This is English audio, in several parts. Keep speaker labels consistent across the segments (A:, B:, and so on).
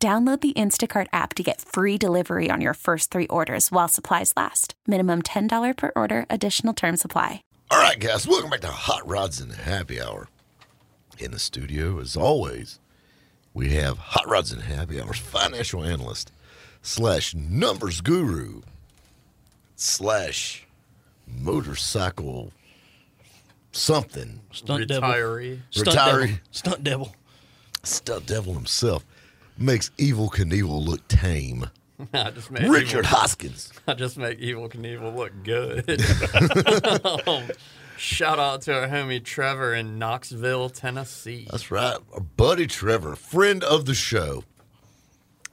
A: Download the Instacart app to get free delivery on your first three orders while supplies last. Minimum $10 per order, additional term supply.
B: All right, guys, welcome back to Hot Rods and Happy Hour. In the studio, as always, we have Hot Rods and Happy Hour's financial analyst slash numbers guru slash motorcycle something
C: Stunt
D: Retiree.
C: devil. Stunt
B: Retiree.
C: devil. Stunt devil.
B: stunt devil himself makes Evil Knievel look tame.
D: I just make
B: Richard
D: Evil,
B: Hoskins.
D: I just make Evil Knievel look good. Um, Shout out to our homie Trevor in Knoxville, Tennessee.
B: That's right. Our buddy Trevor, friend of the show.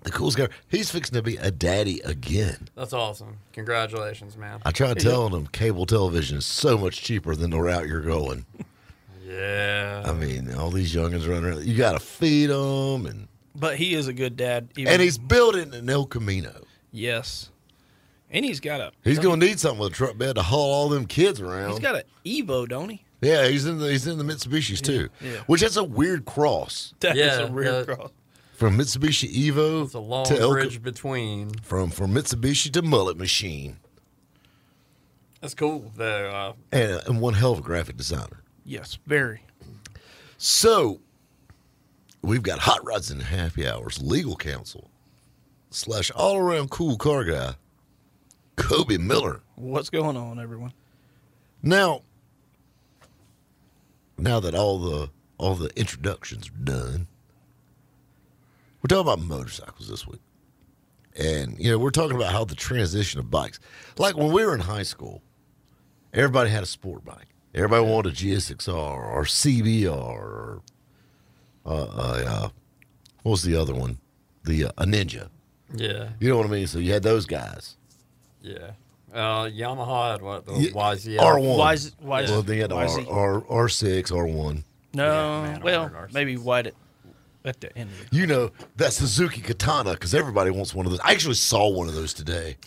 B: The coolest guy. He's fixing to be a daddy again.
D: That's awesome. Congratulations, man.
B: I tried telling him cable television is so much cheaper than the route you're going. I
D: Yeah.
B: mean, all these youngins running around. You got to feed them. And,
C: But he is a good dad. Even,
B: and he's building an El Camino.
C: yes, and he's got a
B: He's going to need something with a truck bed to haul all them kids around.
C: he's got an Evo, don't he?
B: yeah, he's in the he's in the Mitsubishi's too,
C: yeah.
B: which that's a weird cross.
C: That is
D: Yeah, uh,
C: a rear
D: that-
C: cross.
B: from Mitsubishi Evo
D: It's a long
B: to El-
D: bridge between.
B: from from Mitsubishi to Mullet Machine,
D: That's cool, though. Uh,
B: and, and one hell of a graphic designer.
C: Yes, very.
B: So we've got hot rods and happy hours, legal counsel slash all around cool car guy, Kobe Miller.
C: What's going on, everyone?
B: Now, now that all the all the introductions are done, we're talking about motorcycles this week, and you know we're talking about how the transition of bikes. Like when we were in high school, everybody had a sport bike. Everybody wanted a GSXR or CBR or uh, uh, uh, what was the other one? The uh, a Ninja.
D: yeah.
B: You know what I mean? So you had those guys.
D: Yeah. Uh, Yamaha had what? The
B: Ye-
D: YZF.
B: R one.
C: Why is- why is-
B: well, they had
C: why is he-
B: R R six R one.
C: No,
D: man, I
C: well,
D: wanted ours.
C: maybe white at, at the end. Of it.
B: You know that Suzuki Katana because everybody wants one of those. I actually saw one of those today.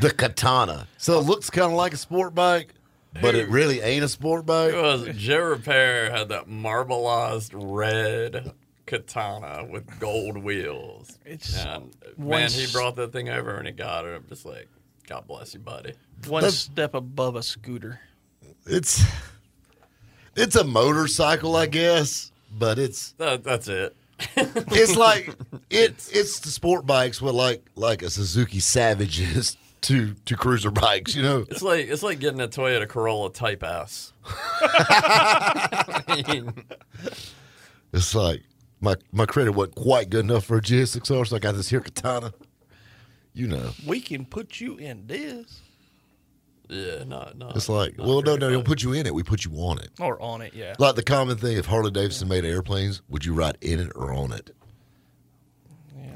B: the Katana. So it looks kind of like a sport bike, but it really ain't a sport bike.
D: It was Joe Repair had that marbleized red katana with gold wheels.
C: It's
D: and
C: one
D: man, he
C: s-
D: brought that thing over and he got it. I'm just like, God bless you, buddy.
C: One step above a scooter.
B: It's it's a motorcycle, I guess, but it's
D: That, that's it.
B: it's like it it's the sport bikes with like like a Suzuki Savage is to to cruiser bikes. You know,
D: It's like it's like getting a Toyota Corolla Type S. I mean,
B: it's like my my credit wasn't quite good enough for a GSXR, so I got this here Katana. You know.
C: We can put you in this
D: yeah, not not.
B: It's like,
D: not
B: well, no,
D: great,
B: no, don't
D: but
B: put you in it. We put you on it.
C: or on it. Yeah,
B: Like the common thing, if Harley Davidson made airplanes, would you ride in it or on it?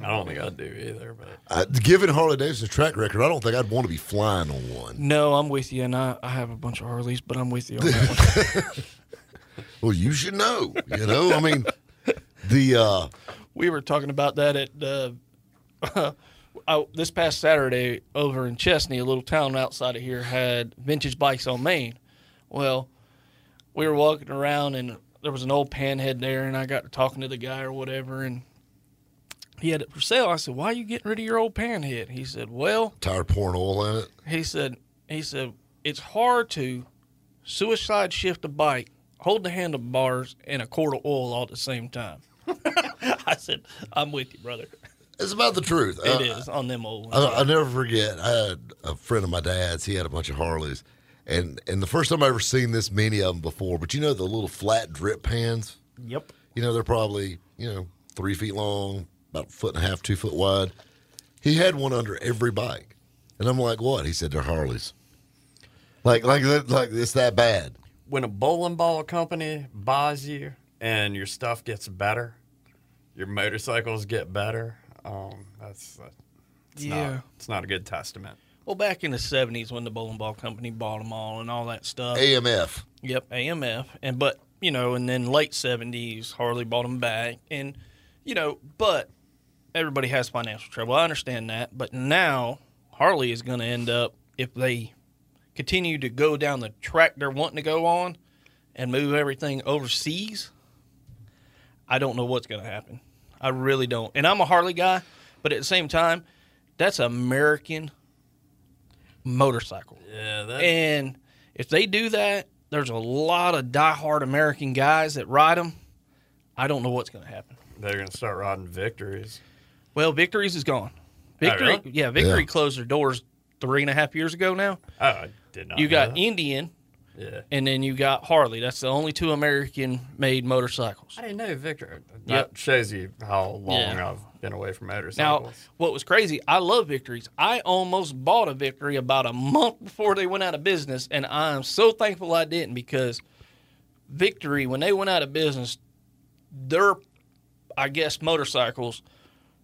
D: I don't think I do either. But
B: I, given Harley Davidson's track record, I don't think I'd want to be flying on one.
C: No, I'm with you, and I, I have a bunch of Harleys, but I'm with you on that one.
B: Well, you should know. You know, I mean, the uh,
C: we were talking about that at uh, I, this past Saturday over in Chesney, a little town outside of here, had vintage bikes on Main. Well, we were walking around, and there was an old panhead there, and I got to talking to the guy or whatever, and he had it for sale. I said, "Why are you getting rid of your old panhead?" He said, "Well."
B: tire pouring oil in it.
C: He said, he said, it's hard to suicide shift a bike, hold the handlebars, and a quart of oil all at the same time. I said, I'm with you, brother.
B: It's about the truth.
C: It
B: Uh,
C: is on them old ones.
B: I, I'll never forget. I had a friend of my dad's. He had a bunch of Harleys, and and the first time I ever seen this many of them before. But you know the little flat drip pans.
C: yep.
B: You know, they're probably, you know, three feet long, about a foot and a half, two foot wide. He had one under every bike. And I'm like, what? He said, they're Harleys. Like, like, that- like it's that bad.
D: when a bowling ball company buys you and your stuff gets better, your motorcycles get better. Um, that's uh, it's
C: Yeah.
D: not it's not a good testament.
C: Well, back in the '70s when the bowling ball company bought them all and all that stuff.
B: AMF.
C: Yep, AMF. And but you know, and then late seventies, Harley bought them back, and you know, but everybody has financial trouble. I understand that, but now Harley is going to end up if they continue to go down the track they're wanting to go on and move everything overseas. I don't know what's going to happen. I really don't. And I'm a Harley guy, but at the same time, that's American motorcycle.
D: Yeah, that,
C: And if they do that, there's a lot of diehard American guys that ride them. I don't know what's going to happen.
D: they're gonna start riding victories.
C: Well, Victories is gone. Victory,
D: really?
C: yeah, Victory
B: Yeah.
C: closed their doors three and a half years ago. Now
D: Oh, I did not.
C: you
D: know
C: got
D: that.
C: Indian,
D: yeah.
C: and then you got Harley. That's the only two American-made motorcycles.
D: I didn't know Victor. That
C: Yep.
D: shows you how long
C: Yeah.
D: I've been away from
C: Now,
D: motorcycles.
C: what was crazy? I love Victories. I almost bought a Victory about a month before they went out of business, and I am so thankful I didn't because Victory, when they went out of business, their, I guess, motorcycles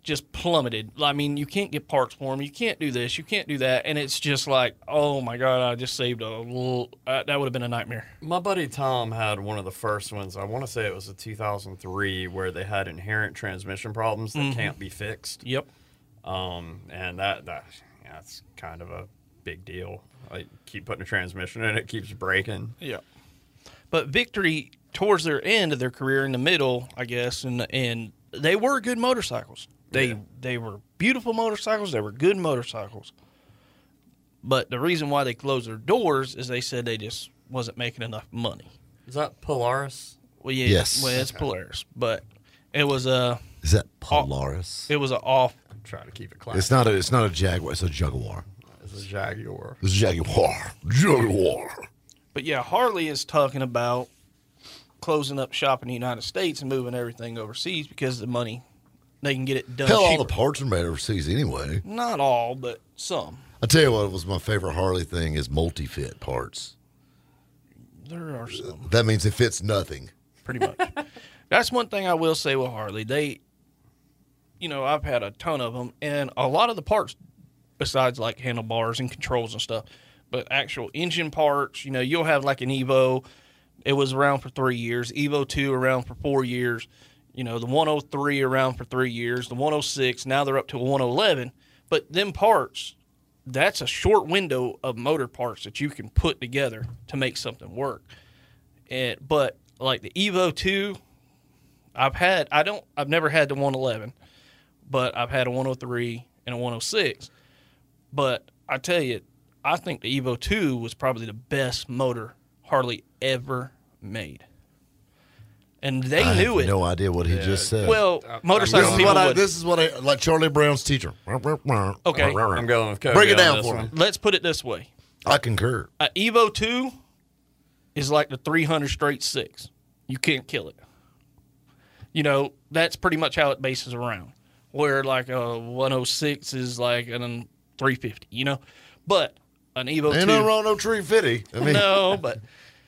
C: just plummeted. I mean, you can't get parts for them. You can't do this. You can't do that. And it's just like, oh my God, I just saved a little. Uh, that would have been a nightmare.
D: My buddy Tom had one of the first ones. I want to say it was a 2003 where they had inherent transmission problems that
C: Mm-hmm.
D: can't be fixed.
C: Yep.
D: Um, and that, that yeah, that's kind of a big deal. Like keep putting a transmission in, it keeps breaking.
C: Yeah. But Victory towards their end of their career in the middle, I guess, and and they were good motorcycles. They
D: Yeah.
C: they were beautiful motorcycles, they were good motorcycles. But the reason why they closed their doors is they said they just wasn't making enough money.
D: Is that Polaris?
C: Well, yeah,
B: Yes.
C: well, it's Polaris, but it was a
B: Is that
C: Oh.
B: Polaris?
C: it was a off.
D: I'm trying to keep it
B: It's
D: classic.
B: not a. It's not a Jaguar. It's a Jaguar.
D: It's a Jaguar.
B: It's a Jaguar. Jaguar.
C: But yeah, Harley is talking about closing up shop in the United States and moving everything overseas because of the money they can get it done.
B: Hell, all
C: cheaper.
B: the parts are made overseas anyway.
C: Not all, but some.
B: I tell you what was my favorite Harley thing is multi-fit parts.
C: There are some,
B: That means it fits nothing.
C: pretty much. That's one thing I will say with Harley. They, you know, I've had a ton of them, and a lot of the parts, besides like handlebars and controls and stuff, but actual engine parts, you know, you'll have like an Evo. It was around for three years. Evo 2 around for four years. You know, the 103 around for three years. The 106, now they're up to a 111. But them parts, that's a short window of motor parts that you can put together to make something work. And but like the Evo two, I've had I don't I've never had the one eleven, but I've had a one hundred three and a one hundred six. But I tell you, I think the Evo two was probably the best motor Harley ever made, and they
B: I
C: knew
B: have
C: it.
B: no idea what he just said.
C: well,
D: I- I'm
B: this
C: motorcycle
B: is
C: people
B: what Uh, I.
C: would.
B: This is what I like. Charlie Brown's teacher.
C: Okay.
D: I'm going with Kobe.
B: Break it
D: on
B: down
D: this
B: for
D: one.
B: me.
C: Let's put it this way:
B: I concur.
C: a Evo two is like the three hundred straight six. You can't kill it. You know that's pretty much how it bases around. Where like a one hundred six is like an three fifty. You know, but an Evo
B: Ain't
C: two.
B: nothing wrong with no tree fitty. I mean,
C: No, but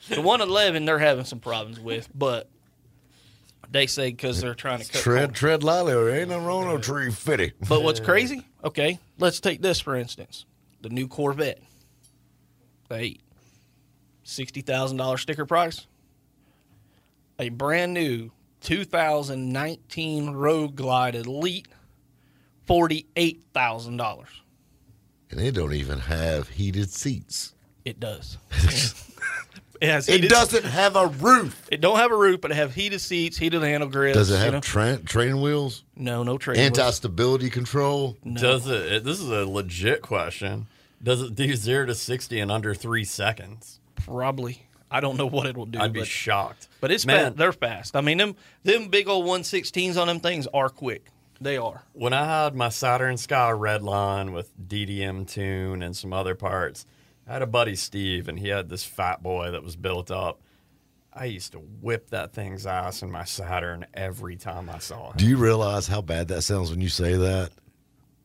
C: the one eleven they're having some problems with, but. They say because they're trying to cut
B: tread
C: corners.
B: tread lightly. There ain't nothing wrong with no tree fitty.
C: But what's crazy? Okay, let's take this for instance. The new Corvette. They sixty thousand dollar sticker price. A brand new 2019 Road Glide Elite, forty eight thousand dollars.
B: And they don't even have heated seats.
C: It does. it has
B: It
C: heated-
B: doesn't have a roof.
C: It don't have a roof, but it have heated seats, heated handle grips.
B: Does it
C: you know?
B: have tra- train wheels?
C: no, no trailer.
B: Anti stability control?
D: Does it, it? This is a legit question. Does it do zero to sixty in under three seconds?
C: Probably. I don't know what it'll do.
D: I'd be
C: but-
D: shocked.
C: But it's
D: man.
C: fast. They're fast. I mean, them them big old 116s on them things are quick. They are.
D: When I had my Saturn Sky Redline with DDM tune and some other parts, I had a buddy Steve, and he had this fat boy that was built up. I used to whip that thing's ass in my Saturn every time I saw
B: Do
D: him.
B: you realize how bad that sounds when you say that?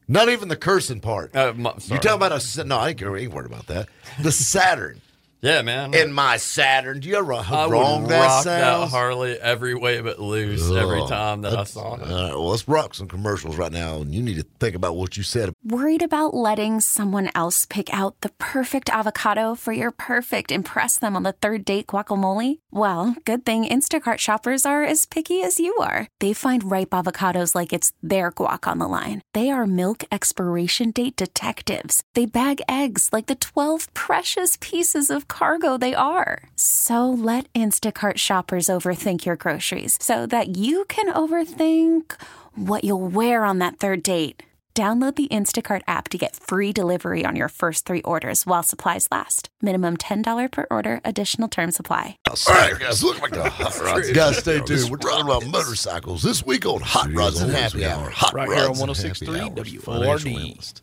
B: Not even the cursing part.
D: Uh, my-
B: You're
D: sorry.
B: talking about a. No, I ain't, I ain't worried about that. The Saturn.
D: Yeah, man.
B: in my Saturn. Do you ever know
D: I
B: how
D: would
B: wrong that
D: rock
B: sounds?
D: that Harley every way but loose every
B: Ugh.
D: time that I
B: That's-
D: saw
B: All
D: it.
B: right, well, let's rock some commercials right now, and you need to think about what you said.
A: Worried about letting someone else pick out the perfect avocado for your perfect impress them on the third date guacamole? Well, good thing Instacart shoppers are as picky as you are. They find ripe avocados like it's their guac on the line. They are milk expiration date detectives. They bag eggs like the 12 precious pieces of cargo they are. So let Instacart shoppers overthink your groceries so that you can overthink what you'll wear on that third date. Download the Instacart app to get free delivery on your first three orders while supplies last. Minimum $10 per order, additional term supply.
B: All right, guys, look like the hot rods. Guys, stay tuned. We're talking about motorcycles this week on Hot Rods and Happy Hour. Hot
C: Right here on
B: Rods and Happy
C: 106.3
B: Hours.
C: WORD.
B: Financial analyst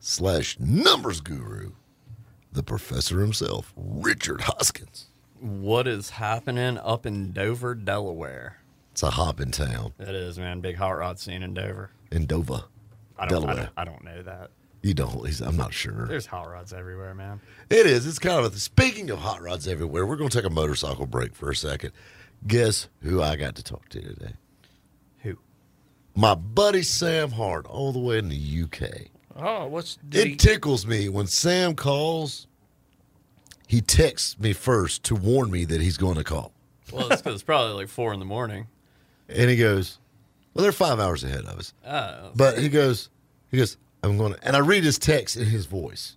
B: slash numbers guru, the professor himself, Richard Hoskins.
D: What is happening up in Dover, Delaware?
B: It's a hop in town
D: That is, man. Big hot rod scene in Dover.
B: in Dover,
D: I don't, I
B: Delaware.
D: don't, I don't know that.
B: You don't. He's, I'm not sure.
D: There's hot rods everywhere, man.
B: It is. It's kind of a. Speaking of hot rods everywhere, we're going to take a motorcycle break for a second. Guess who I got to talk to today?
D: Who?
B: My buddy Sam Hart, all the way in the UK.
C: Oh, what's
B: It tickles me when Sam calls. He texts me first to warn me that he's going to call,
D: Well, it's 'cause it's probably like four in the morning.
B: and he goes, "Well, they're five hours ahead of us."
D: Oh,
B: But he goes, he goes, I'm going to, and I read his text in his voice.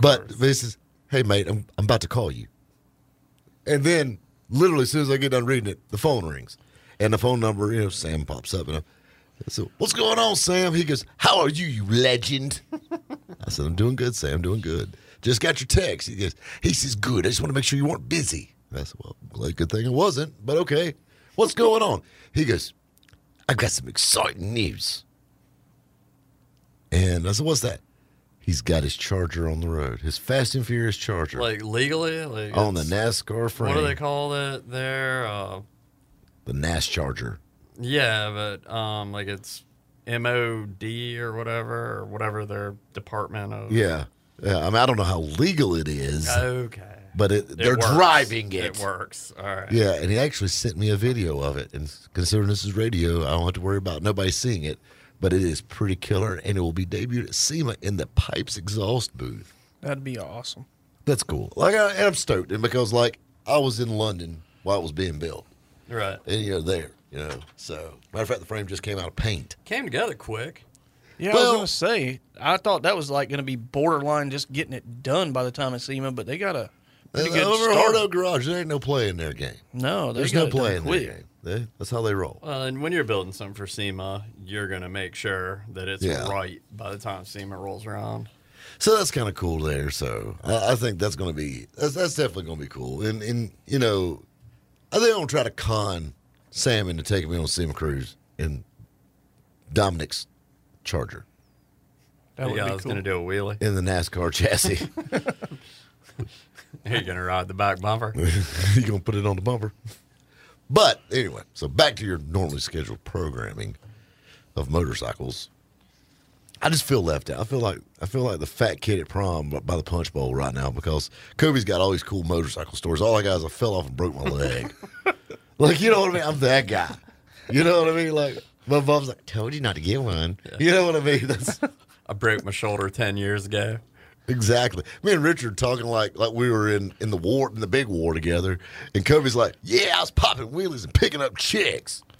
B: but this is, hey, mate, I'm, I'm about to call you. And then, literally, as soon as I get done reading it, the phone rings. And the phone number, you know, Sam pops up. And I'm, I said, What's going on, Sam? He goes, How are you, you legend? I said, I'm doing good, Sam, doing good. Just got your text. He goes, He says, Good. I just want to make sure you weren't busy. And I said, Well, like, good thing I wasn't, but okay. What's going on? He goes, I've got some exciting news. And I said, What's that? He's got his charger on the road, his Fast and Furious charger
D: like legally, like
B: on the
D: it's-
B: NASCAR frame.
D: What do they call it there? Uh,
B: The NAS charger.
D: yeah, but um, like it's MOD or whatever, or whatever their department of.
B: Yeah. yeah. I mean, I don't know how legal it is,
C: Uh,
D: Okay.
B: but it,
D: It
B: they're
D: works.
B: driving it.
D: It works. All right.
B: Yeah, and he actually sent me a video of it. And considering this is radio, I don't have to worry about nobody seeing it. But it is pretty killer, and it will be debuted at SEMA in the Pipes Exhaust booth.
C: That'd be awesome.
B: That's cool. Like I, and I'm stoked and because like I was in London while it was being built,
D: Right.
B: and you're there, you know. So matter of fact, the frame just came out of paint.
D: Came together quick.
C: Yeah, I
B: Well-
C: was gonna say. I thought that was like gonna be borderline just getting it done by the time it's SEMA, but they got a pretty
B: And
C: good
B: Uh, over at
C: start.
B: Hardo Garage, there ain't no play in their game.
C: No, they
B: There's
C: got
B: no
C: it done
B: play in their
C: quick.
B: game. They, that's how they roll.
D: Well, Uh, and when you're building something for SEMA, you're going to make sure that it's
B: Yeah.
D: right by the time SEMA rolls around.
B: So that's kind of cool there. So I, I think that's going to be that's, that's definitely going to be cool. And and you know, I think I'm going to try to con Sam into taking me on a SEMA cruise in Dominic's Charger.
C: That would
D: yeah, I
C: be
D: was
C: cool.
D: going to do a wheelie.
B: In the NASCAR chassis,
D: You're going to ride the back bumper.
B: you gonna put it on the bumper. But anyway, so back to your normally scheduled programming of motorcycles. I just feel left out. I feel like I feel like the fat kid at prom b- by the punch bowl right now because Kobe's got all these cool motorcycle stories. All I got is I fell off and broke my leg. like you know what I mean? I'm that guy. You know what I mean? Like my mom's like, told you not to get one. You know what I mean? That's
D: I broke my shoulder 10 years ago.
B: Exactly. Me and Richard talking like like we were in in the war in the big war together, and Kobe's like, "Yeah, I was popping wheelies and picking up chicks."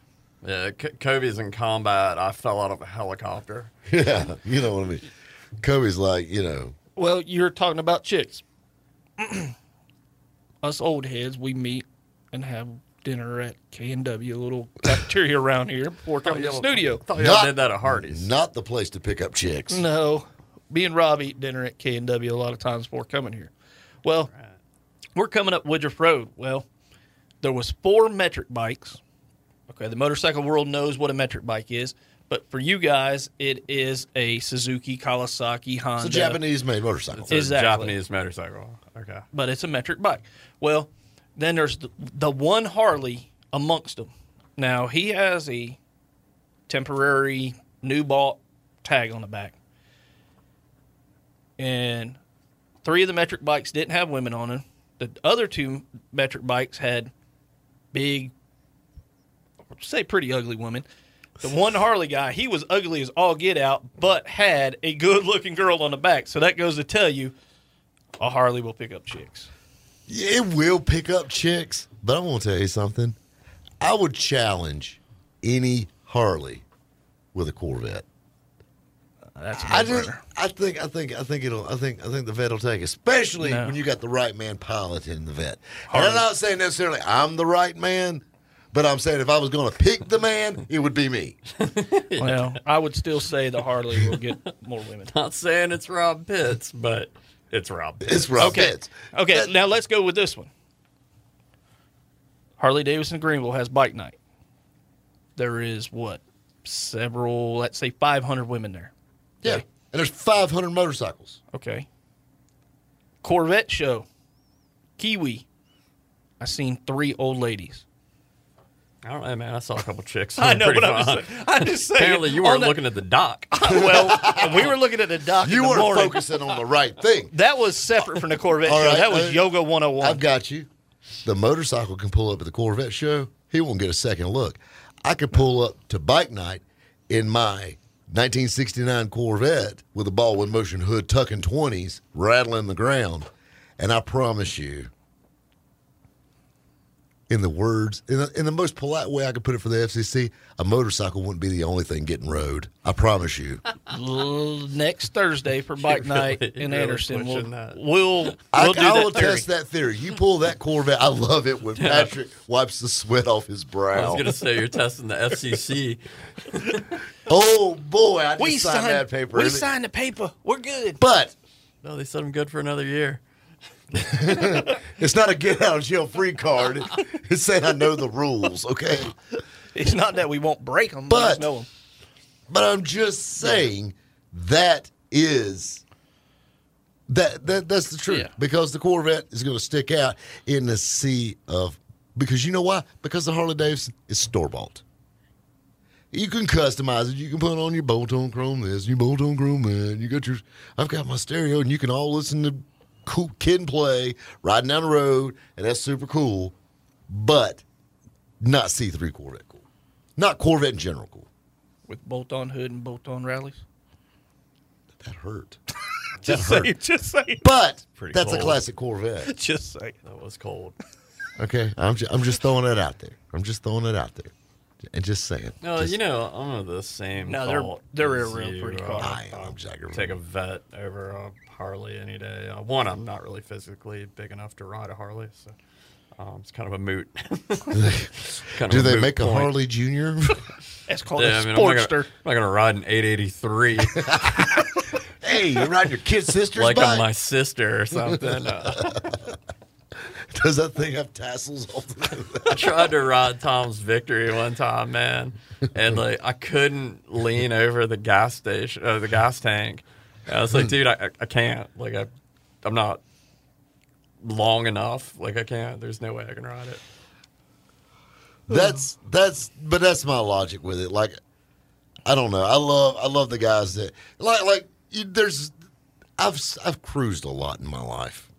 D: Yeah, C- Kobe's in combat. I fell out of a helicopter.
B: Yeah, you know what I mean. Kobe's like, you know,
C: Well, you're talking about chicks. Us old heads, we meet and have dinner at K and W, a little cafeteria around here before coming to the
D: y'all-
C: studio.
D: I thought y'all
B: Not-
D: did that at Hardy's.
B: not the place to pick up chicks.
C: No, me and Rob eat dinner at K and W a lot of times before coming here. Well, we're coming up Woodruff Road. Well, there was four metric bikes. Okay, the motorcycle world knows what a metric bike is, but for you guys, it is a Suzuki, Kawasaki, Honda.
B: It's a Japanese-made motorcycle.
D: It's a
C: Exactly.
D: Japanese motorcycle. Okay.
C: but it's a metric bike. Well, then there's the, the one Harley amongst them. Now he has a temporary new bought tag on the back, and Three of the metric bikes didn't have women on them. The other two metric bikes had big, I'd say pretty ugly women. The one Harley guy, he was ugly as all get out, but had a good looking girl on the back. So that goes to tell you, a Harley will pick up chicks.
B: Yeah, It will pick up chicks, but I'm gonna tell you something. I would challenge any Harley with a Corvette.
C: Uh, That's a
B: I just,
C: no-brainer.
B: I think, I think, I think it'll, I think, I think the vet will take, it, especially
C: No.
B: when you got the right man piloting the vet. And I'm not saying necessarily I'm the right man, but I'm saying if I was going to pick the man, it would be me.
C: Well, I would still say the Harley will get more women.
D: Not saying it's Rob Pitts, but it's Rob Pitts.
B: It's Rob
C: Okay.
B: Pitts.
C: Okay,
B: That-
C: now let's go with this one. Harley Davidson Greenville has bike night. There is what? Several, let's say 500 women there.
B: yeah, and there's 500 motorcycles.
C: Okay. Corvette show. Kiwi. I seen three old ladies.
D: I don't know, man. I saw a couple chicks.
C: I know,
D: Pretty
C: but I'm
D: fine.
C: just, I'm just saying.
D: Apparently, you
C: on
D: weren't
C: the-
D: looking at the dock.
C: Well, we were looking at the dock. in
B: You
C: the
B: weren't
C: morning.
B: focusing on the right thing.
C: That was separate from the Corvette
B: All
C: show.
B: right,
C: That was
B: uh,
C: Yoga 101.
B: I've got you. The motorcycle can pull up at the Corvette show. He won't get a second look. I could pull up to bike night in my 1969 Corvette with a ball in motion hood, tucking 20s, rattling the ground. And I promise you, in the words, in the, in the most polite way I could put it for the FCC, a motorcycle wouldn't be the only thing getting rode. I promise you.
C: L- next Thursday for bike
D: really-
C: night
D: you're
C: in
D: really
C: Anderson. We'll,
D: pushing that.
C: we'll, we'll
B: I,
C: do
B: I
C: that
B: will
C: theory.
B: test that theory. You pull that Corvette. I love it when Patrick wipes the sweat off his brow.
D: I was gonna say you're testing the FCC.
B: Oh boy, I
C: We
B: just signed,
C: signed
B: that paper.
C: We
B: Is it-
C: signed the paper. We're good.
B: but
D: No, they said I'm good for another year.
B: it's not a get out of jail free card. it's saying I know the rules, okay?
C: It's not that we won't break them,
B: But-
C: we just know 'em.
B: But I'm just saying that is that that that's the truth
C: Yeah.
B: because the Corvette is going to stick out in the sea of because you know why? Because the Harley Davidson is store bought. You can customize it. You can put on your bolt on chrome this, your bolt on chrome that. You got your, I've got my stereo, and you can all listen to cool kid and play riding down the road, and that's super cool. But not C three Corvette cool, not Corvette in general cool.
C: with bolt on hood and bolt on rallies.
B: That hurt.
C: Just say it. Just say it.
B: But
D: Pretty
B: that's
D: cold.
B: a classic Corvette.
C: Just say it.
D: That was cold.
B: Okay, I'm just, I'm just throwing it out there. I'm just throwing it out there, and just saying.
D: No,
B: Just-
D: you know I'm of the same.
C: No, they're-
D: thought
C: they're
D: as
C: a real
D: you.
C: pretty
D: Uh,
C: car.
B: I am. I'm just-
D: Take a vet over a Harley any day. Uh, one, I'm not really physically big enough to ride a Harley, so um, it's kind of a moot. Kind of
B: Do they
D: moot
B: make a
D: point.
B: Harley Junior?
C: That's called
D: Yeah,
C: a
D: I mean, I'm not
C: sportster.
D: gonna- I'm not gonna ride an 883
B: hey, you're riding your kid sister's
D: like I'm
B: bike.
D: my sister or something. Uh,
B: Does that thing have tassels? All the
D: I tried to ride Tom's Victory one time, man, and like I couldn't lean over the gas station, uh, the gas tank. And I was like, dude, I, I can't. Like I, I'm not long enough. Like I can't. There's no way I can ride it.
B: that's that's, but that's my logic with it. Like, I don't know. I love I love the guys that like like. You, there's, I've s- I've cruised a lot in my life,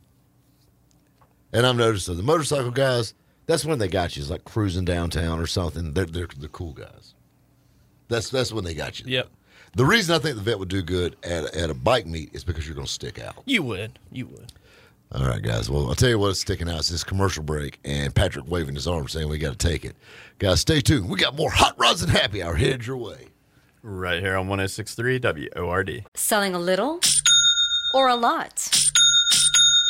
B: and I've noticed that the motorcycle guys. That's when they got you. Is like cruising downtown or something. They're they're the cool guys. That's that's when they got you.
C: Yep.
B: The reason I think the vet would do good at at a bike meet is because you're going to stick out.
C: You would. You would.
B: All right, guys. Well, I'll tell you what's sticking out. It's this commercial break and Patrick waving his arm saying we got to take it. Guys, stay tuned. We got more Hot Rods and Happy Hour headed your way.
D: Right here on 106.3 WORD.
E: Selling a little or a lot?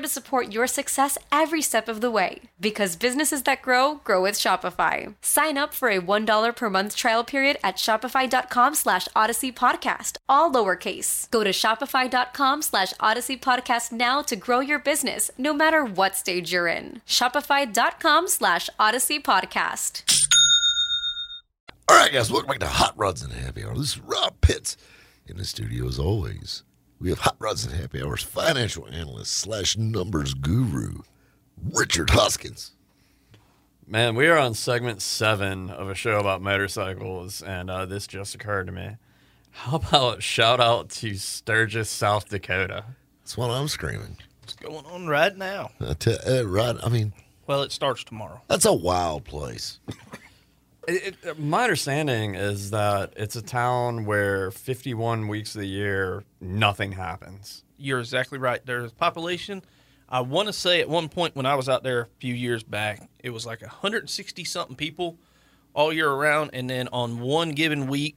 E: to support your success every step of the way. Because businesses that grow, grow with Shopify. Sign up for a $1 per month trial period at shopify.com slash odyssey podcast, all lowercase. Go to shopify.com slash odyssey podcast now to grow your business, no matter what stage you're in. Shopify.com slash odyssey podcast.
B: All right, guys, welcome back to Hot Rods and Happy Hour. This is Rob Pitts in the studio as always. We have Hot Rods and Happy Hours financial analyst slash numbers guru Richard Hoskins.
D: Man, we are on segment seven of a show about motorcycles, and uh, this just occurred to me. How about shout out to Sturgis, South Dakota?
B: That's what I'm screaming.
C: What's going on right now?
B: I tell, uh, Rod, I mean,
C: Well, it starts tomorrow.
B: that's a wild place.
D: It, it, my understanding is that it's a town where 51 weeks of the year nothing happens.
C: You're exactly right. There's population. I want to say at one point when I was out there a few years back, it was like 160 something people all year around, and then on one given week,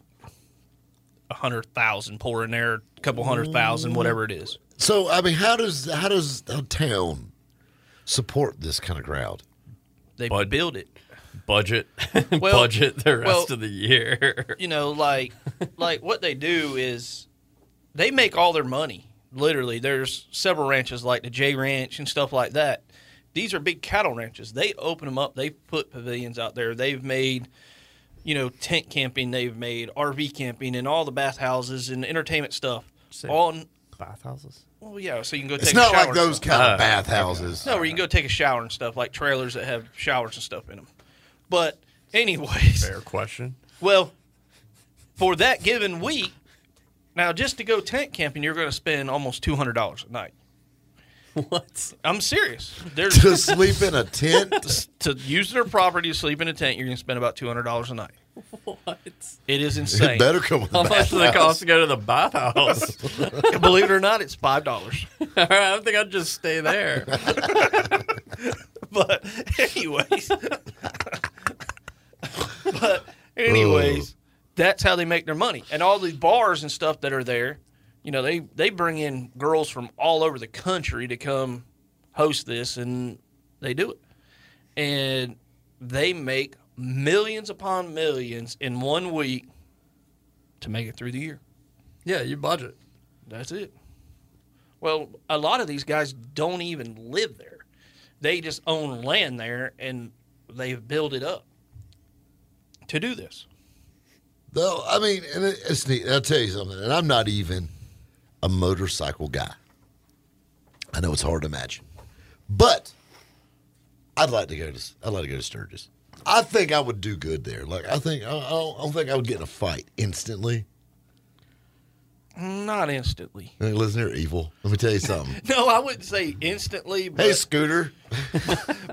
C: a hundred thousand pour in there, a couple hundred thousand, whatever it is.
B: So, I mean, how does how does a town support this kind of crowd?
C: They
D: Bud-
C: build it.
D: Budget,
C: Well-
D: budget the rest
C: well-
D: of the year.
C: you know, like like what they do is they make all their money. Literally, there's several ranches like the J Ranch and stuff like that. These are big cattle ranches. They open them up. They put pavilions out there. They've made, you know, tent camping. They've made RV camping and all the bathhouses and entertainment stuff. On
D: Bathhouses?
C: well, yeah, so you can go. Take
B: It's
C: a
B: not
C: shower
B: like
C: and
B: those
C: stuff.
B: kind
D: Uh,
B: of bathhouses.
C: No, where you can go take a shower and stuff, like trailers that have showers and stuff in them. But anyways,
D: Fair question.
C: well, for that given week, now just to go tent camping, you're going to spend almost two hundred dollars a night.
D: What?
C: I'm serious. There's
B: to sleep in a tent.
C: to use their property to sleep in a tent, you're going to spend about two hundred dollars a night.
D: What?
C: It is insane.
B: It better come with
D: How
B: a
D: much does it cost to go to the bathhouse?
C: Believe it or not, it's five dollars.
D: All right, I think I'd just stay there.
C: But anyways, but anyways, that's how they make their money. And all these bars and stuff that are there, you know, they they bring in girls from all over the country to come host this, and they do it, and they make millions upon millions in one week to make it through the year.
D: Yeah, you budget.
C: That's it. Well, a lot of these guys don't even live there. They just own land there and they've built it up to do this.
B: Though I mean, and it- it's neat. I'll tell you something. And I'm not even a motorcycle guy. I know it's hard to imagine, but I'd like to go to. I'd like to go to Sturgis. I think I would do good there. Like I think I, I, don't, I don't think I would get in a fight instantly.
C: Not instantly.
B: Hey, listen, they're evil. Let me tell you something.
C: No, I wouldn't say instantly, but,
B: hey, Scooter.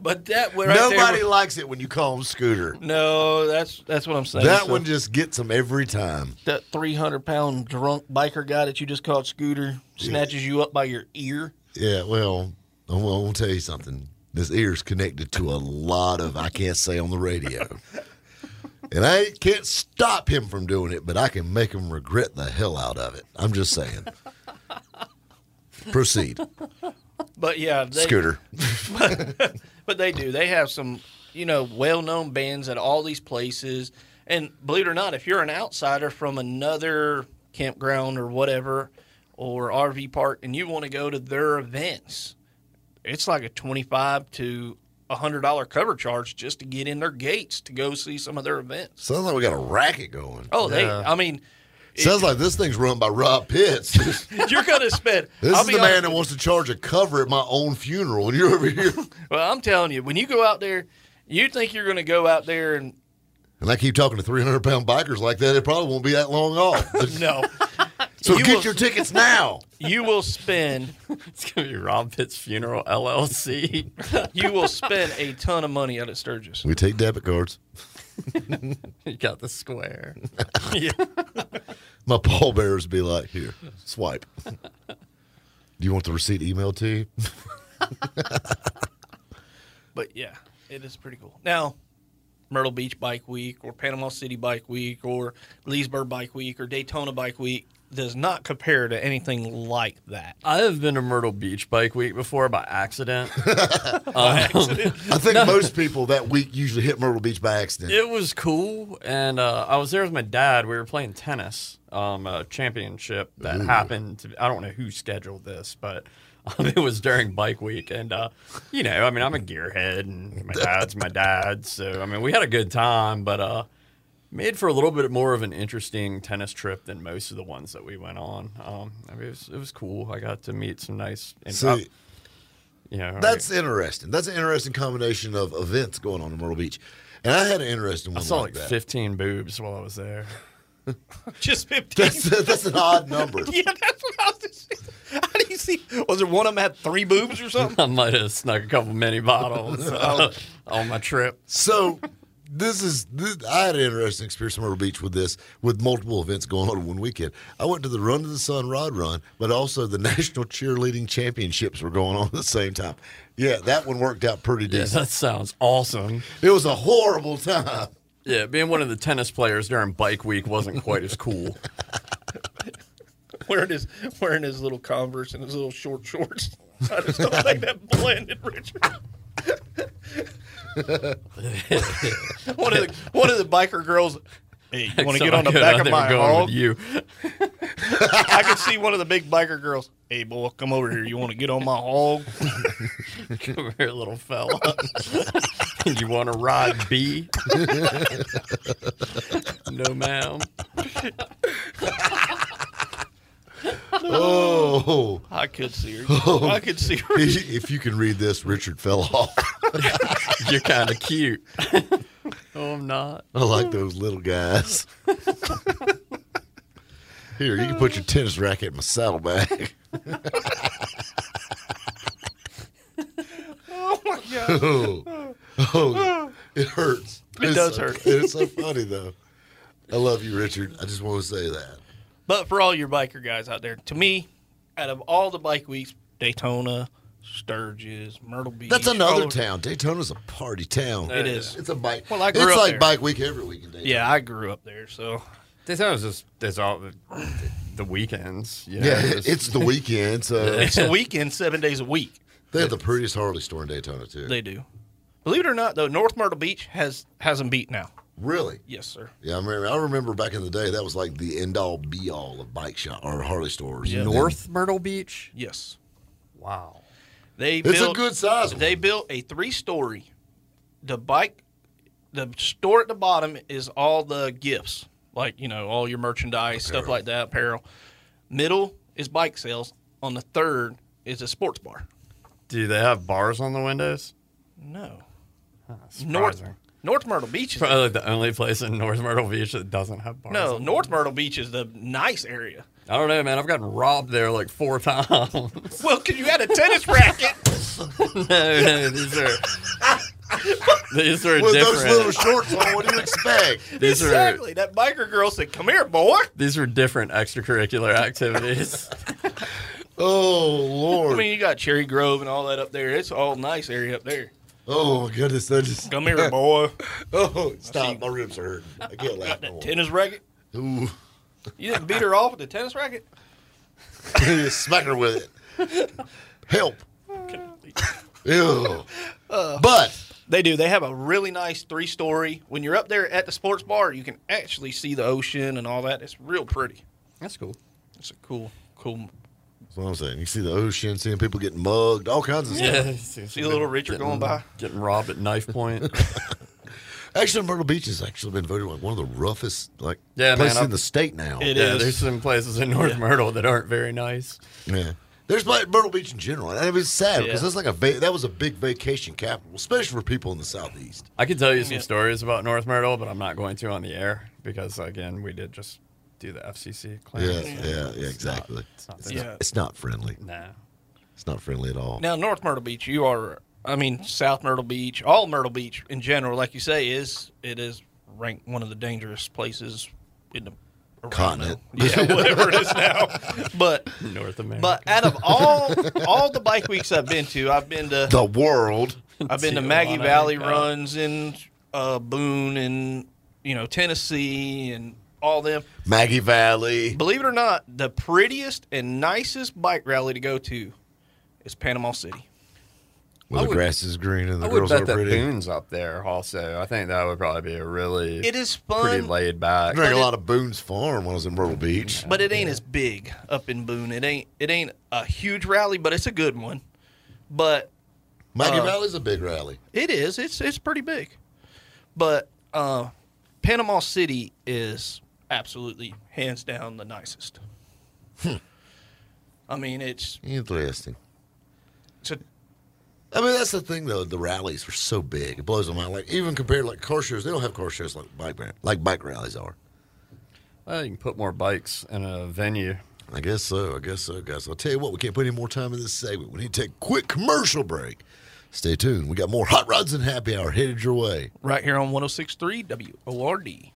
C: but that right
B: Nobody
C: there.
B: likes it when you call him Scooter.
C: No, that's that's what I'm saying.
B: That
C: So
B: one just gets him every time.
C: that 300 pound drunk biker guy that you just called Scooter snatches you up by your ear.
B: Yeah, well, I'm, I'm gonna tell you something. This ear's connected to a lot of I can't say on the radio, and I ain't- can't stop him from doing it, but I can make him regret the hell out of it. I'm just saying. Proceed,
C: But yeah, they,
B: Scooter.
C: But they do. They have some, you know, well-known bands at all these places. And believe it or not, if you're an outsider from another campground or whatever, or RV park, and you want to go to their events, it's like a twenty-five to a hundred dollar cover charge just to get in their gates to go see some of their events.
B: Sounds like we got a racket going.
C: Oh, they.
D: Yeah.
C: I mean,
B: Sounds like this thing's run by Rob Pitts. this
C: you're gonna spend. I'll
B: is
C: be
B: the
C: honest
B: man that wants to charge a cover at my own funeral, and you're over here.
C: Well, I'm telling you, when you go out there, you think you're gonna go out there and
B: And I keep talking to 300 pound bikers like that. It probably won't be that long off.
C: no.
B: So
C: You
B: get
C: will-
B: your tickets now.
C: You will spend
D: It's gonna be Rob Pitt's funeral LLC.
C: you will spend a ton of money out at Sturgis.
B: we take debit cards.
D: you got the square.
B: My pallbearers be like, here, swipe. Do you want the receipt emailed to you?
C: But yeah, it is pretty cool. Now, Myrtle Beach Bike Week or Panama City Bike Week or Leesburg Bike Week or Daytona Bike Week does not compare to anything like that.
D: I have been to Myrtle Beach Bike Week before by accident.
B: I think most people that week usually hit Myrtle Beach by accident.
D: It was cool, and uh, I was there with my dad. We were playing tennis, um, a championship that happened. To, I don't know who scheduled this, but um, it was during Bike Week, and uh, you know, I mean, I'm a gearhead, and my dad's my dad, so I mean, we had a good time, but uh, made for a little bit more of an interesting tennis trip than most of the ones that we went on. Um, I mean, it was, it was cool. I got to meet some nice, and
B: So
D: you know,
B: that's interesting. That's an interesting combination of events going on in Myrtle Beach. And I had an interesting
D: I
B: one
D: saw
B: like
D: like
B: that.
D: 15 boobs while I was there.
C: Just 15.
B: That's, that's an odd number.
C: yeah, that's what I was just How do you see? Was there one of them had three boobs or something?
D: I might have snuck a couple mini bottles uh, on my trip.
B: So this is this, I had an interesting experience in Myrtle Beach with this, with multiple events going on in one weekend. I went to the Run to the Sun Rod Run, but also the National Cheerleading Championships were going on at the same time. Yeah, that one worked out pretty
D: Yeah,
B: decent.
D: that sounds awesome.
B: It was a horrible time.
D: Yeah, being one of the tennis players during bike week wasn't quite as cool.
C: Wearing his, wearing his little Converse and his little short shorts. I just don't like that blended, Richard. one of the one of the biker girls. Hey, you want to
D: So
C: get on
D: I
C: the
D: could- I
C: back of
D: think
C: my
D: we're going
C: hog?
D: with you.
C: I could see one of the big biker girls. Hey, boy, come over here. You want to get on my hog?
D: Come here, little fella. you want to ride B? no, ma'am.
B: Oh,
C: I could see her. I could see her.
B: if you can read this, Richard fell off.
D: You're kind of cute. no, I'm not.
B: I like those little guys. Here, you can put your tennis racket in my saddlebag.
C: Oh my god!
B: oh, oh, it hurts.
C: It
B: It's
C: does
B: so-
C: hurt.
B: It's so funny though. I love you, Richard. I just want to say that.
C: But for all your biker guys out there, to me, out of all the bike weeks, Daytona, Sturgis, Myrtle Beach,
B: That's another
C: all-
B: town. Daytona's a party town.
C: It is.
B: It's a bike.
C: Well, I grew
B: it's
C: up
B: like
C: there.
B: bike week every week in Daytona.
C: Yeah, I grew up there, so
D: This was just there's all the, the weekends. You know,
B: Yeah,
D: just-
B: it's the weekend, so
C: it's a weekend, seven days a week.
B: they have the prettiest Harley store in Daytona too.
C: They do. Believe it or not, though, North Myrtle Beach has has them beat now.
B: really?
C: Yes, sir.
B: Yeah, I remember. I remember back in the day, that was like the end all be all of bike shop or Harley stores. And then-
D: North Myrtle Beach.
C: Yes,
D: Wow.
C: they.
B: It's
C: built,
B: a good size. One.
C: They built a three story. The bike, the store at the bottom is all the gifts, like you know, all your merchandise, stuff like that, apparel. Middle is bike sales. On the third is a sports bar.
D: Do they have bars on the windows?
C: No, North North Myrtle Beach is
D: Probably like the only place in North Myrtle Beach that doesn't have bars.
C: no
D: on-
C: North Myrtle Beach is the nice area.
D: I don't know, man. I've gotten robbed there like four times. no,
C: Well, because you had a tennis racket.
D: no, these are these are
B: with
D: different.
B: those little shorts on, what do you expect?
D: these
C: exactly.
D: are
C: That biker girl said, "Come here, boy."
D: these are different extracurricular activities.
B: Oh Lord!
C: I mean, you got Cherry Grove and all that up there. It's all nice area up there.
B: oh my goodness! That just
C: Come here, boy.
B: Oh, stop! My ribs are hurting. I can't laugh no more.
C: tennis racket.
B: Ooh,
C: You didn't beat her off with a tennis racket?
B: smack her with it. Help! Ew. but
C: They do. They have a really nice three story. When you're up there at the sports bar, you can actually see the ocean and all that. It's real pretty.
D: That's cool.
C: It's a cool, cool.
B: that's what I'm saying. You see the ocean, seeing people getting mugged, all kinds of stuff.
D: Yeah,
C: See a little Richard going by.
D: getting robbed at knife point.
B: Actually, Myrtle Beach has actually been voted like one of the roughest like
D: Yeah, man,
B: places
D: I'm-
B: in the state now.
C: It
D: yeah,
C: is.
D: there's some places in North Myrtle that aren't very nice.
B: Yeah. There's like Myrtle Beach in general, and it was sad because
C: Yeah.
B: that's like a va- that was a big vacation capital, especially for people in the southeast.
D: I could tell you some
C: Yeah.
D: stories about North Myrtle, but I'm not going to on the air because again, we did just do the FCC
B: Yeah,
D: clearance.
B: yeah, yeah, exactly.
D: It's not,
B: It's not,
D: it's not
C: Yeah.
B: it's not friendly.
D: yeah.
B: It's not friendly at all.
C: Now, North Myrtle Beach, you are, I mean, South Myrtle Beach, all Myrtle Beach in general, like you say, is it is ranked one of the dangerous places in the around
B: Continent.
C: now. yeah, whatever it is now. But
D: No. North America.
C: but out of all all the bike weeks I've been to, I've been to
B: The world.
C: I've been to
D: Tijuana,
C: Maggie Valley
D: yeah.
C: runs in uh, Boone and you know Tennessee and all them.
B: Maggie Valley.
C: Believe it or not, the prettiest and nicest bike rally to go to is Panama City.
B: Where
D: I
B: the
D: would-
B: grass is green and the
D: I would
B: girls are
D: bet that
B: pretty.
D: Boone's up there also. I think that would probably be a really
C: It is
D: pretty
C: fun,
D: laid
B: I
D: back.
B: drank a
C: but it-
B: lot of Boone's Farm when I was in Myrtle Beach.
C: but it ain't as big up in Boone. It ain't it ain't a huge rally, but it's a good one. But
D: uh,
B: Maggie Valley's a big rally.
C: It is. It's it's pretty big, but uh, Panama City is absolutely hands down the nicest.
B: Hmm.
C: I mean, it's
B: Interesting.
C: it's a
B: I mean, that's the thing though. The rallies are so big; it blows my mind. Like even compared to like car shows, they don't have car shows like bike ra- like bike rallies are.
D: Well, you can put more bikes in a venue.
B: I guess so. I guess so, guys. I'll tell you what, we can't put any more time in this segment. We need to take a quick commercial break. Stay tuned. We got more hot rods and happy hour headed your way.
C: right here on 106.3 WORD.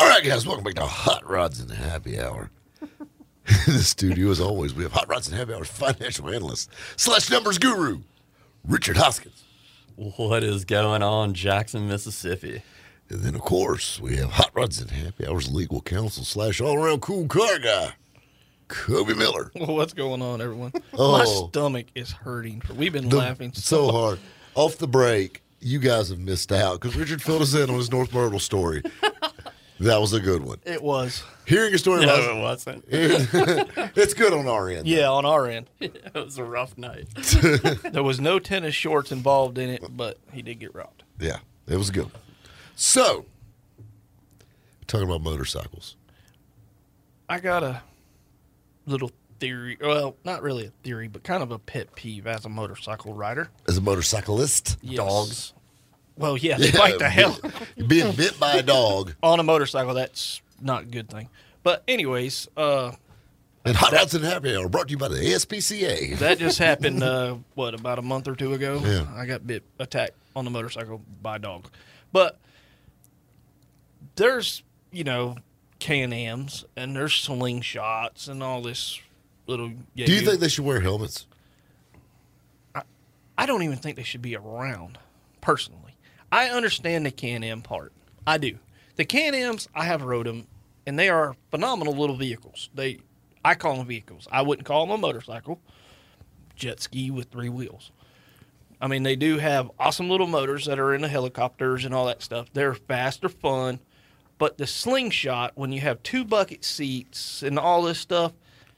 B: All right, guys, welcome back to Hot Rods and Happy Hour. In the studio, as always, we have Hot Rods and Happy Hour's financial analyst slash numbers guru, Richard Hoskins.
D: What is going on, Jackson, Mississippi?
B: And then, of course, we have Hot Rods and Happy Hours legal counsel slash all around cool car guy, Kobe Miller.
C: Well, what's going on, everyone? My
B: Oh.
C: stomach is hurting. We've been
B: The-
C: laughing so.
B: so hard. Off the break, you guys have missed out because Richard filled us in on his North Myrtle story. that was a good one.
C: It was
B: Hearing a story
D: No,
B: about
D: it wasn't.
B: it's good on our end.
C: yeah on our end.
D: It was a rough night.
C: There was no tennis shorts involved in it, but he did get robbed.
B: Yeah, it was a good. one. So, talking about motorcycles.
C: I got a little theory. Well, not really a theory, but kind of a pet peeve as a motorcycle rider.
B: As a motorcyclist,
D: Dogs.
C: Well, yeah, fight the hell
B: be- being bit by a dog
C: on a motorcycle. That's not a good thing. But anyways, uh,
B: and hot rods and happy hour brought to you by the SPCA.
C: that just happened. Uh, what about a month or two ago?
B: Yeah.
C: I got bit attacked on a motorcycle by a dog. But there's you know Can Am's and there's slingshots and all this little. Yeah,
B: Do you think they should wear helmets?
C: I don't even think they should be around, personally. I understand the Can Am part. I do. The Can Ams, I have rode them, and they are phenomenal little vehicles. They, I call them vehicles. I wouldn't call them a motorcycle. Jet ski with three wheels. I mean, they do have awesome little motors that are in the helicopters and all that stuff. They're fast, they're fun. But the slingshot, when you have two bucket seats and all this stuff,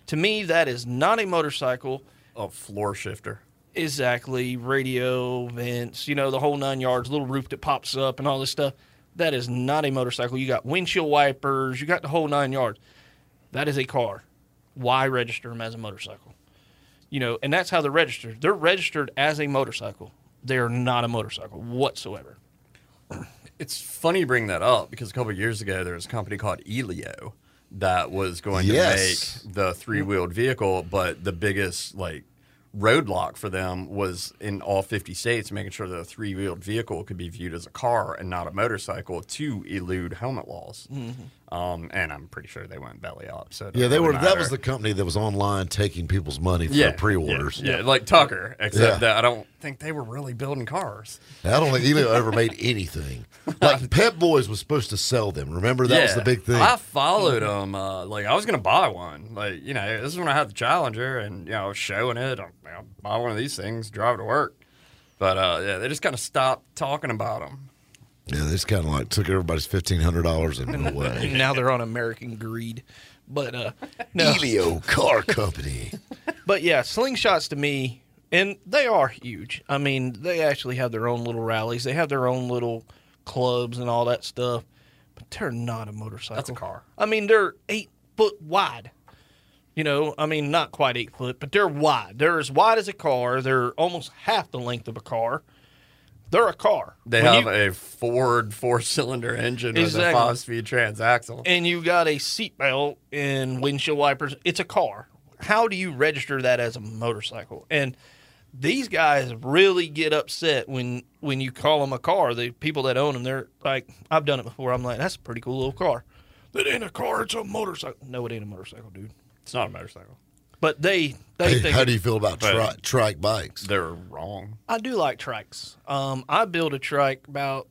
C: to me, that is not a motorcycle
D: A Oh, floor shifter.
C: exactly radio vents you know the whole nine yards little roof that pops up and all this stuff that is not a motorcycle you got windshield wipers you got the whole nine yards that is a car why register them as a motorcycle you know and that's how they're registered they're registered as a motorcycle they're not a motorcycle whatsoever
D: It's funny you bring that up because a couple of years ago there was a company called Elio that was going
B: Yes.
D: to make the three-wheeled vehicle, but the biggest like roadblock for them was in all 50 states making sure that a three-wheeled vehicle could be viewed as a car and not a motorcycle to elude helmet laws. Um, and I'm pretty sure they went belly up. So it
B: Mm-hmm. Yeah, they
D: doesn't
B: were.
D: really
B: That was
D: matter.
B: the company that was online taking people's money for pre-orders.
D: Yeah, yeah, like Tucker, except
B: Yeah.
D: that I don't think they were really building cars.
B: I don't think Elio ever made anything. Like Pep Boys was supposed to sell them. Remember that was
D: Yeah.
B: the big thing.
D: I followed them. Uh, like I was gonna buy one. Like you know, this is when I had the Challenger, and you know, I was showing it. I'll, I'll buy one of these things, drive to work. But uh, yeah, they just kind of stopped talking about them.
B: yeah, they just kind of like took everybody's fifteen hundred dollars and went away.
C: now they're on american greed But uh, no,
B: Helio Car Company.
C: but yeah, slingshots to me, and they are huge. I mean, they actually have their own little rallies. They have their own little clubs and all that stuff. But they're not a motorcycle.
D: That's a car.
C: I mean, they're eight foot wide. You know, I mean, not quite eight foot, but they're wide. They're as wide as a car. They're almost half the length of a car. They're a car.
D: They
C: When
D: have
C: you-
D: a Ford four-cylinder engine
C: Exactly.
D: with a five-speed transaxle.
C: and you got a seatbelt and windshield wipers. It's a car. How do you register that as a motorcycle? And these guys really get upset when when you call them a car. The people that own them, they're like, "I've done it before." I'm like, "That's a pretty cool little car." That ain't a car. It's a motorcycle. No, it ain't a motorcycle, dude.
D: It's not a motorcycle.
C: But they they
B: Hey,
C: think
B: how do you feel about tri-
D: But-
B: trike bikes?
D: They're wrong.
C: I do like trikes. Um, I built a trike about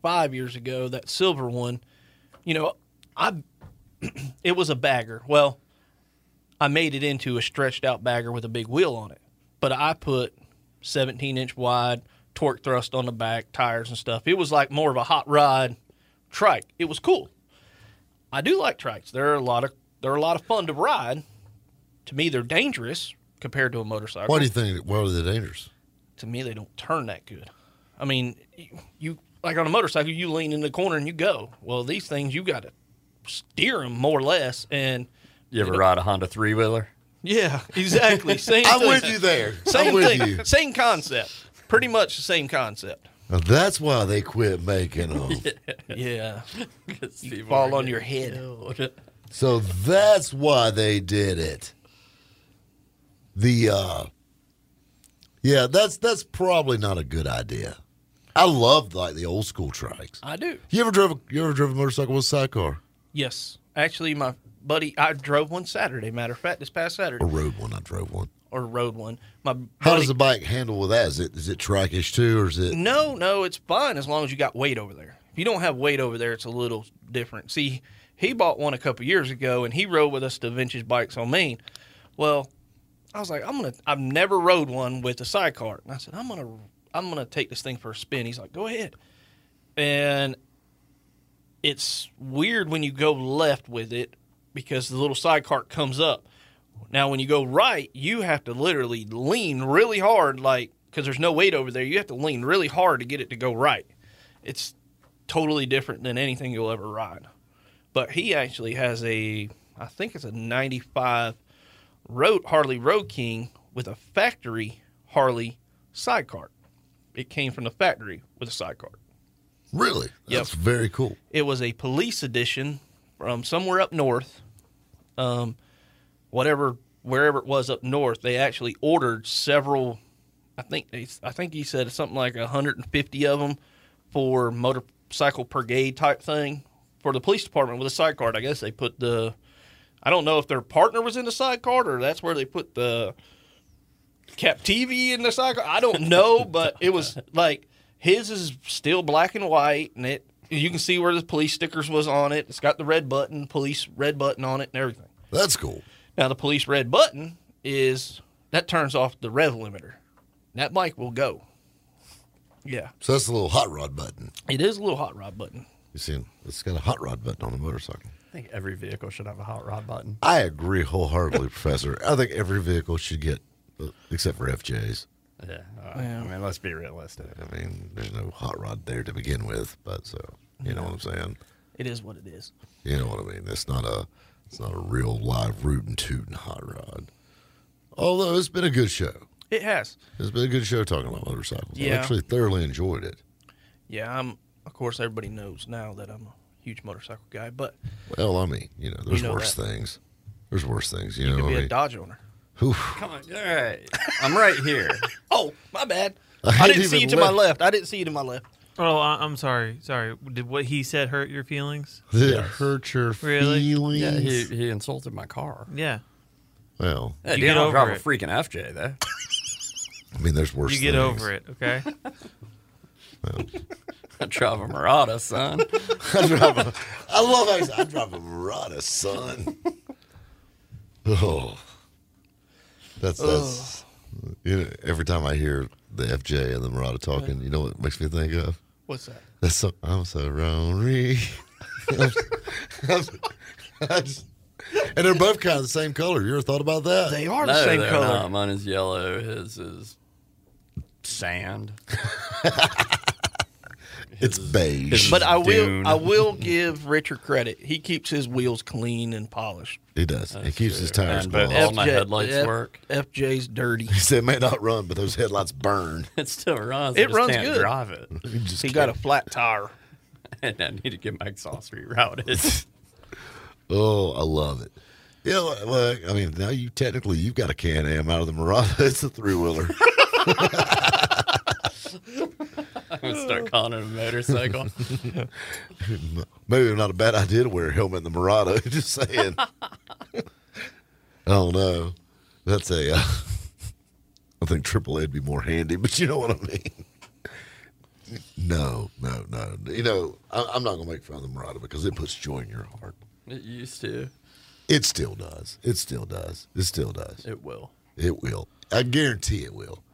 C: five years ago, that silver one. You know, I it was a bagger. Well, I made it into a stretched out bagger with a big wheel on it, but I put 17 inch wide torque thrust on the back, tires and stuff. It was like more of a hot rod trike. It was cool. I do like trikes. They're a lot of they're a lot of fun to ride. To me, they're dangerous compared to a motorcycle
B: Why do you think? Why are they dangerous?
C: to me they don't turn that good. I mean, you, you like on a motorcycle, you lean in the corner and you go. Well, these things you got to steer them more or less, and
D: You ever ride a Honda three-wheeler?
C: yeah, exactly. Same.
B: I'm
C: thing.
B: with you there.
C: Same
B: I'm with
C: thing.
B: you.
C: Same concept. Pretty much the same concept.
B: Now, that's why they quit making them.
C: Yeah,
D: You
C: fall on your head.
B: So that's why they did it. The uh Yeah, that's that's probably not a good idea. I love like the old school trikes.
C: I do.
B: You ever drove a, you ever drove a motorcycle with a sidecar?
C: Yes, actually, my buddy, I drove one Saturday. Matter of fact, this past Saturday
B: Or rode one, I drove one.
C: or rode one. My buddy,
B: How does the bike handle with that? Is it is it trike-ish too or is it
C: No, no, it's fine as long as you got weight over there. If you don't have weight over there, it's a little different. See, he bought one a couple years ago and he rode with us to Vintage Bikes on Main. Well, I was like, I'm gonna I've never rode one with a sidecar. And I said, I'm gonna I'm gonna take this thing for a spin. He's like, Go ahead. And it's weird when you go left with it because the little side cart comes up. Now, when you go right, you have to literally lean really hard, like because there's no weight over there. You have to lean really hard to get it to go right. It's totally different than anything you'll ever ride. But he actually has a, I think it's a '95 road Harley Road King with a factory Harley side cart. It came from the factory with a side cart.
B: Really?
C: Yep.
B: That's very cool.
C: It was a police edition from somewhere up north, um, whatever wherever it was up north. They actually ordered several. I think they, I think he said something like 150 of them for motorcycle brigade type thing for the police department with a side card. I guess they put the. I don't know if their partner was in the side card or that's where they put the captivity in the cycle. I don't know, but it was like his is still black and white, and it you can see where the police stickers was on it. It's got the red button, police red button on it, and everything.
B: That's cool.
C: Now the police red button is that turns off the rev limiter. That bike will go. Yeah,
B: So that's the little hot rod button.
C: it is a little hot rod button.
B: You see, it's got a hot rod button on a motorcycle.
D: I think every vehicle should have a hot rod button.
B: I agree wholeheartedly, Professor. I think every vehicle should get, uh, except for FJs.
D: Yeah. I mean, let's be realistic.
B: I mean, there's no hot rod there to begin with, but so you know what I'm saying.
C: It is what it is.
B: You know what I mean. It's not a, it's not a real live rootin' tootin' hot rod. Although it's been a good show.
C: It has.
B: It's been a good show talking about motorcycles. I
C: Yeah.
B: actually thoroughly enjoyed it.
C: Yeah, I'm. Of course, everybody knows now that I'm a huge motorcycle guy, but
B: Well, I mean, you know, there's
C: know
B: worse
C: that.
B: things. There's worse things. You, know
C: to
B: what
C: be
B: I
C: a
B: mean?
C: Dodge owner.
B: Oof.
D: Come on. All right. I'm right here.
C: Oh, my bad.
B: I
C: I,
B: hadn't
C: didn't see you
B: even
C: to my
B: looked.
C: left. I didn't see you to my left.
F: Oh, I, I'm sorry. Sorry. Did what he said hurt your feelings?
B: Did it hurt your
F: Really?
B: feelings?
D: Yeah, he, he insulted my car.
F: Yeah.
B: well,
D: Hey,
F: You
D: you
F: get
D: don't
F: over
D: drive a
F: it.
D: freaking FJ there.
B: I mean, there's worse.
F: You get
B: things.
F: over it, okay?
D: I drive a Murata, son.
B: I drive a, I love how he's- I drive a Murata, son. Oh, that's that's. You know, every time I hear the FJ and the Murata talking, you know what it makes me think of?
C: What's that?
B: That's so, I'm so lonely. I'm- I'm- I just- And they're both kind of the same color. You ever thought about that?
C: They are the
D: No,
C: same
D: they're
C: color.
D: not. Mine is yellow. His is sand.
B: it's beige.
C: But I will
D: Dune.
C: I will give Richard credit. He keeps his wheels clean and polished.
B: he does. He keeps his tires
D: And both
B: clean.
D: all my headlights work.
C: FJ's dirty.
B: He said it may not run, but those headlights burn.
D: It still runs.
C: It
D: I just
C: runs
D: can't
C: good.
D: Drive it,
C: He got a flat tire.
D: and I need to get my exhaust rerouted.
B: Oh, I love it. Yeah, like, like, I mean, now you technically you've got a Can Am out of the Murata. It's a three wheeler.
D: I'm gonna start calling it a motorcycle.
B: Maybe not a bad idea to wear a helmet in the Murata. Just saying. I don't know. That's a. Uh, I think AAA'd be more handy, but you know what I mean. No, no, no. You know, I, I'm not gonna make fun of the Murata because it puts joy in your heart.
D: it used to.
B: It still does. It still does. It still does.
D: It will.
B: It will. I guarantee it will.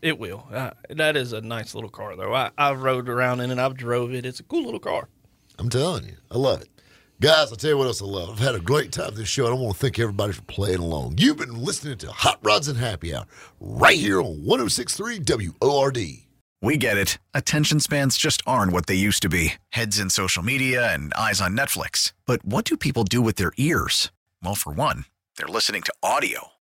C: It will. Uh, that is a nice little car though. I, I've rode around in it. I've drove it. It's a cool little car.
B: I'm telling you, I love it. Guys, I'll tell you what else I love. I've had a great time this show, and I want to thank everybody for playing along. You've been listening to Hot Rods and Happy Hour right here on 1063 WORD.
G: We get it. Attention spans just aren't what they used to be heads in social media and eyes on Netflix. But what do people do with their ears? Well, for one, they're listening to audio.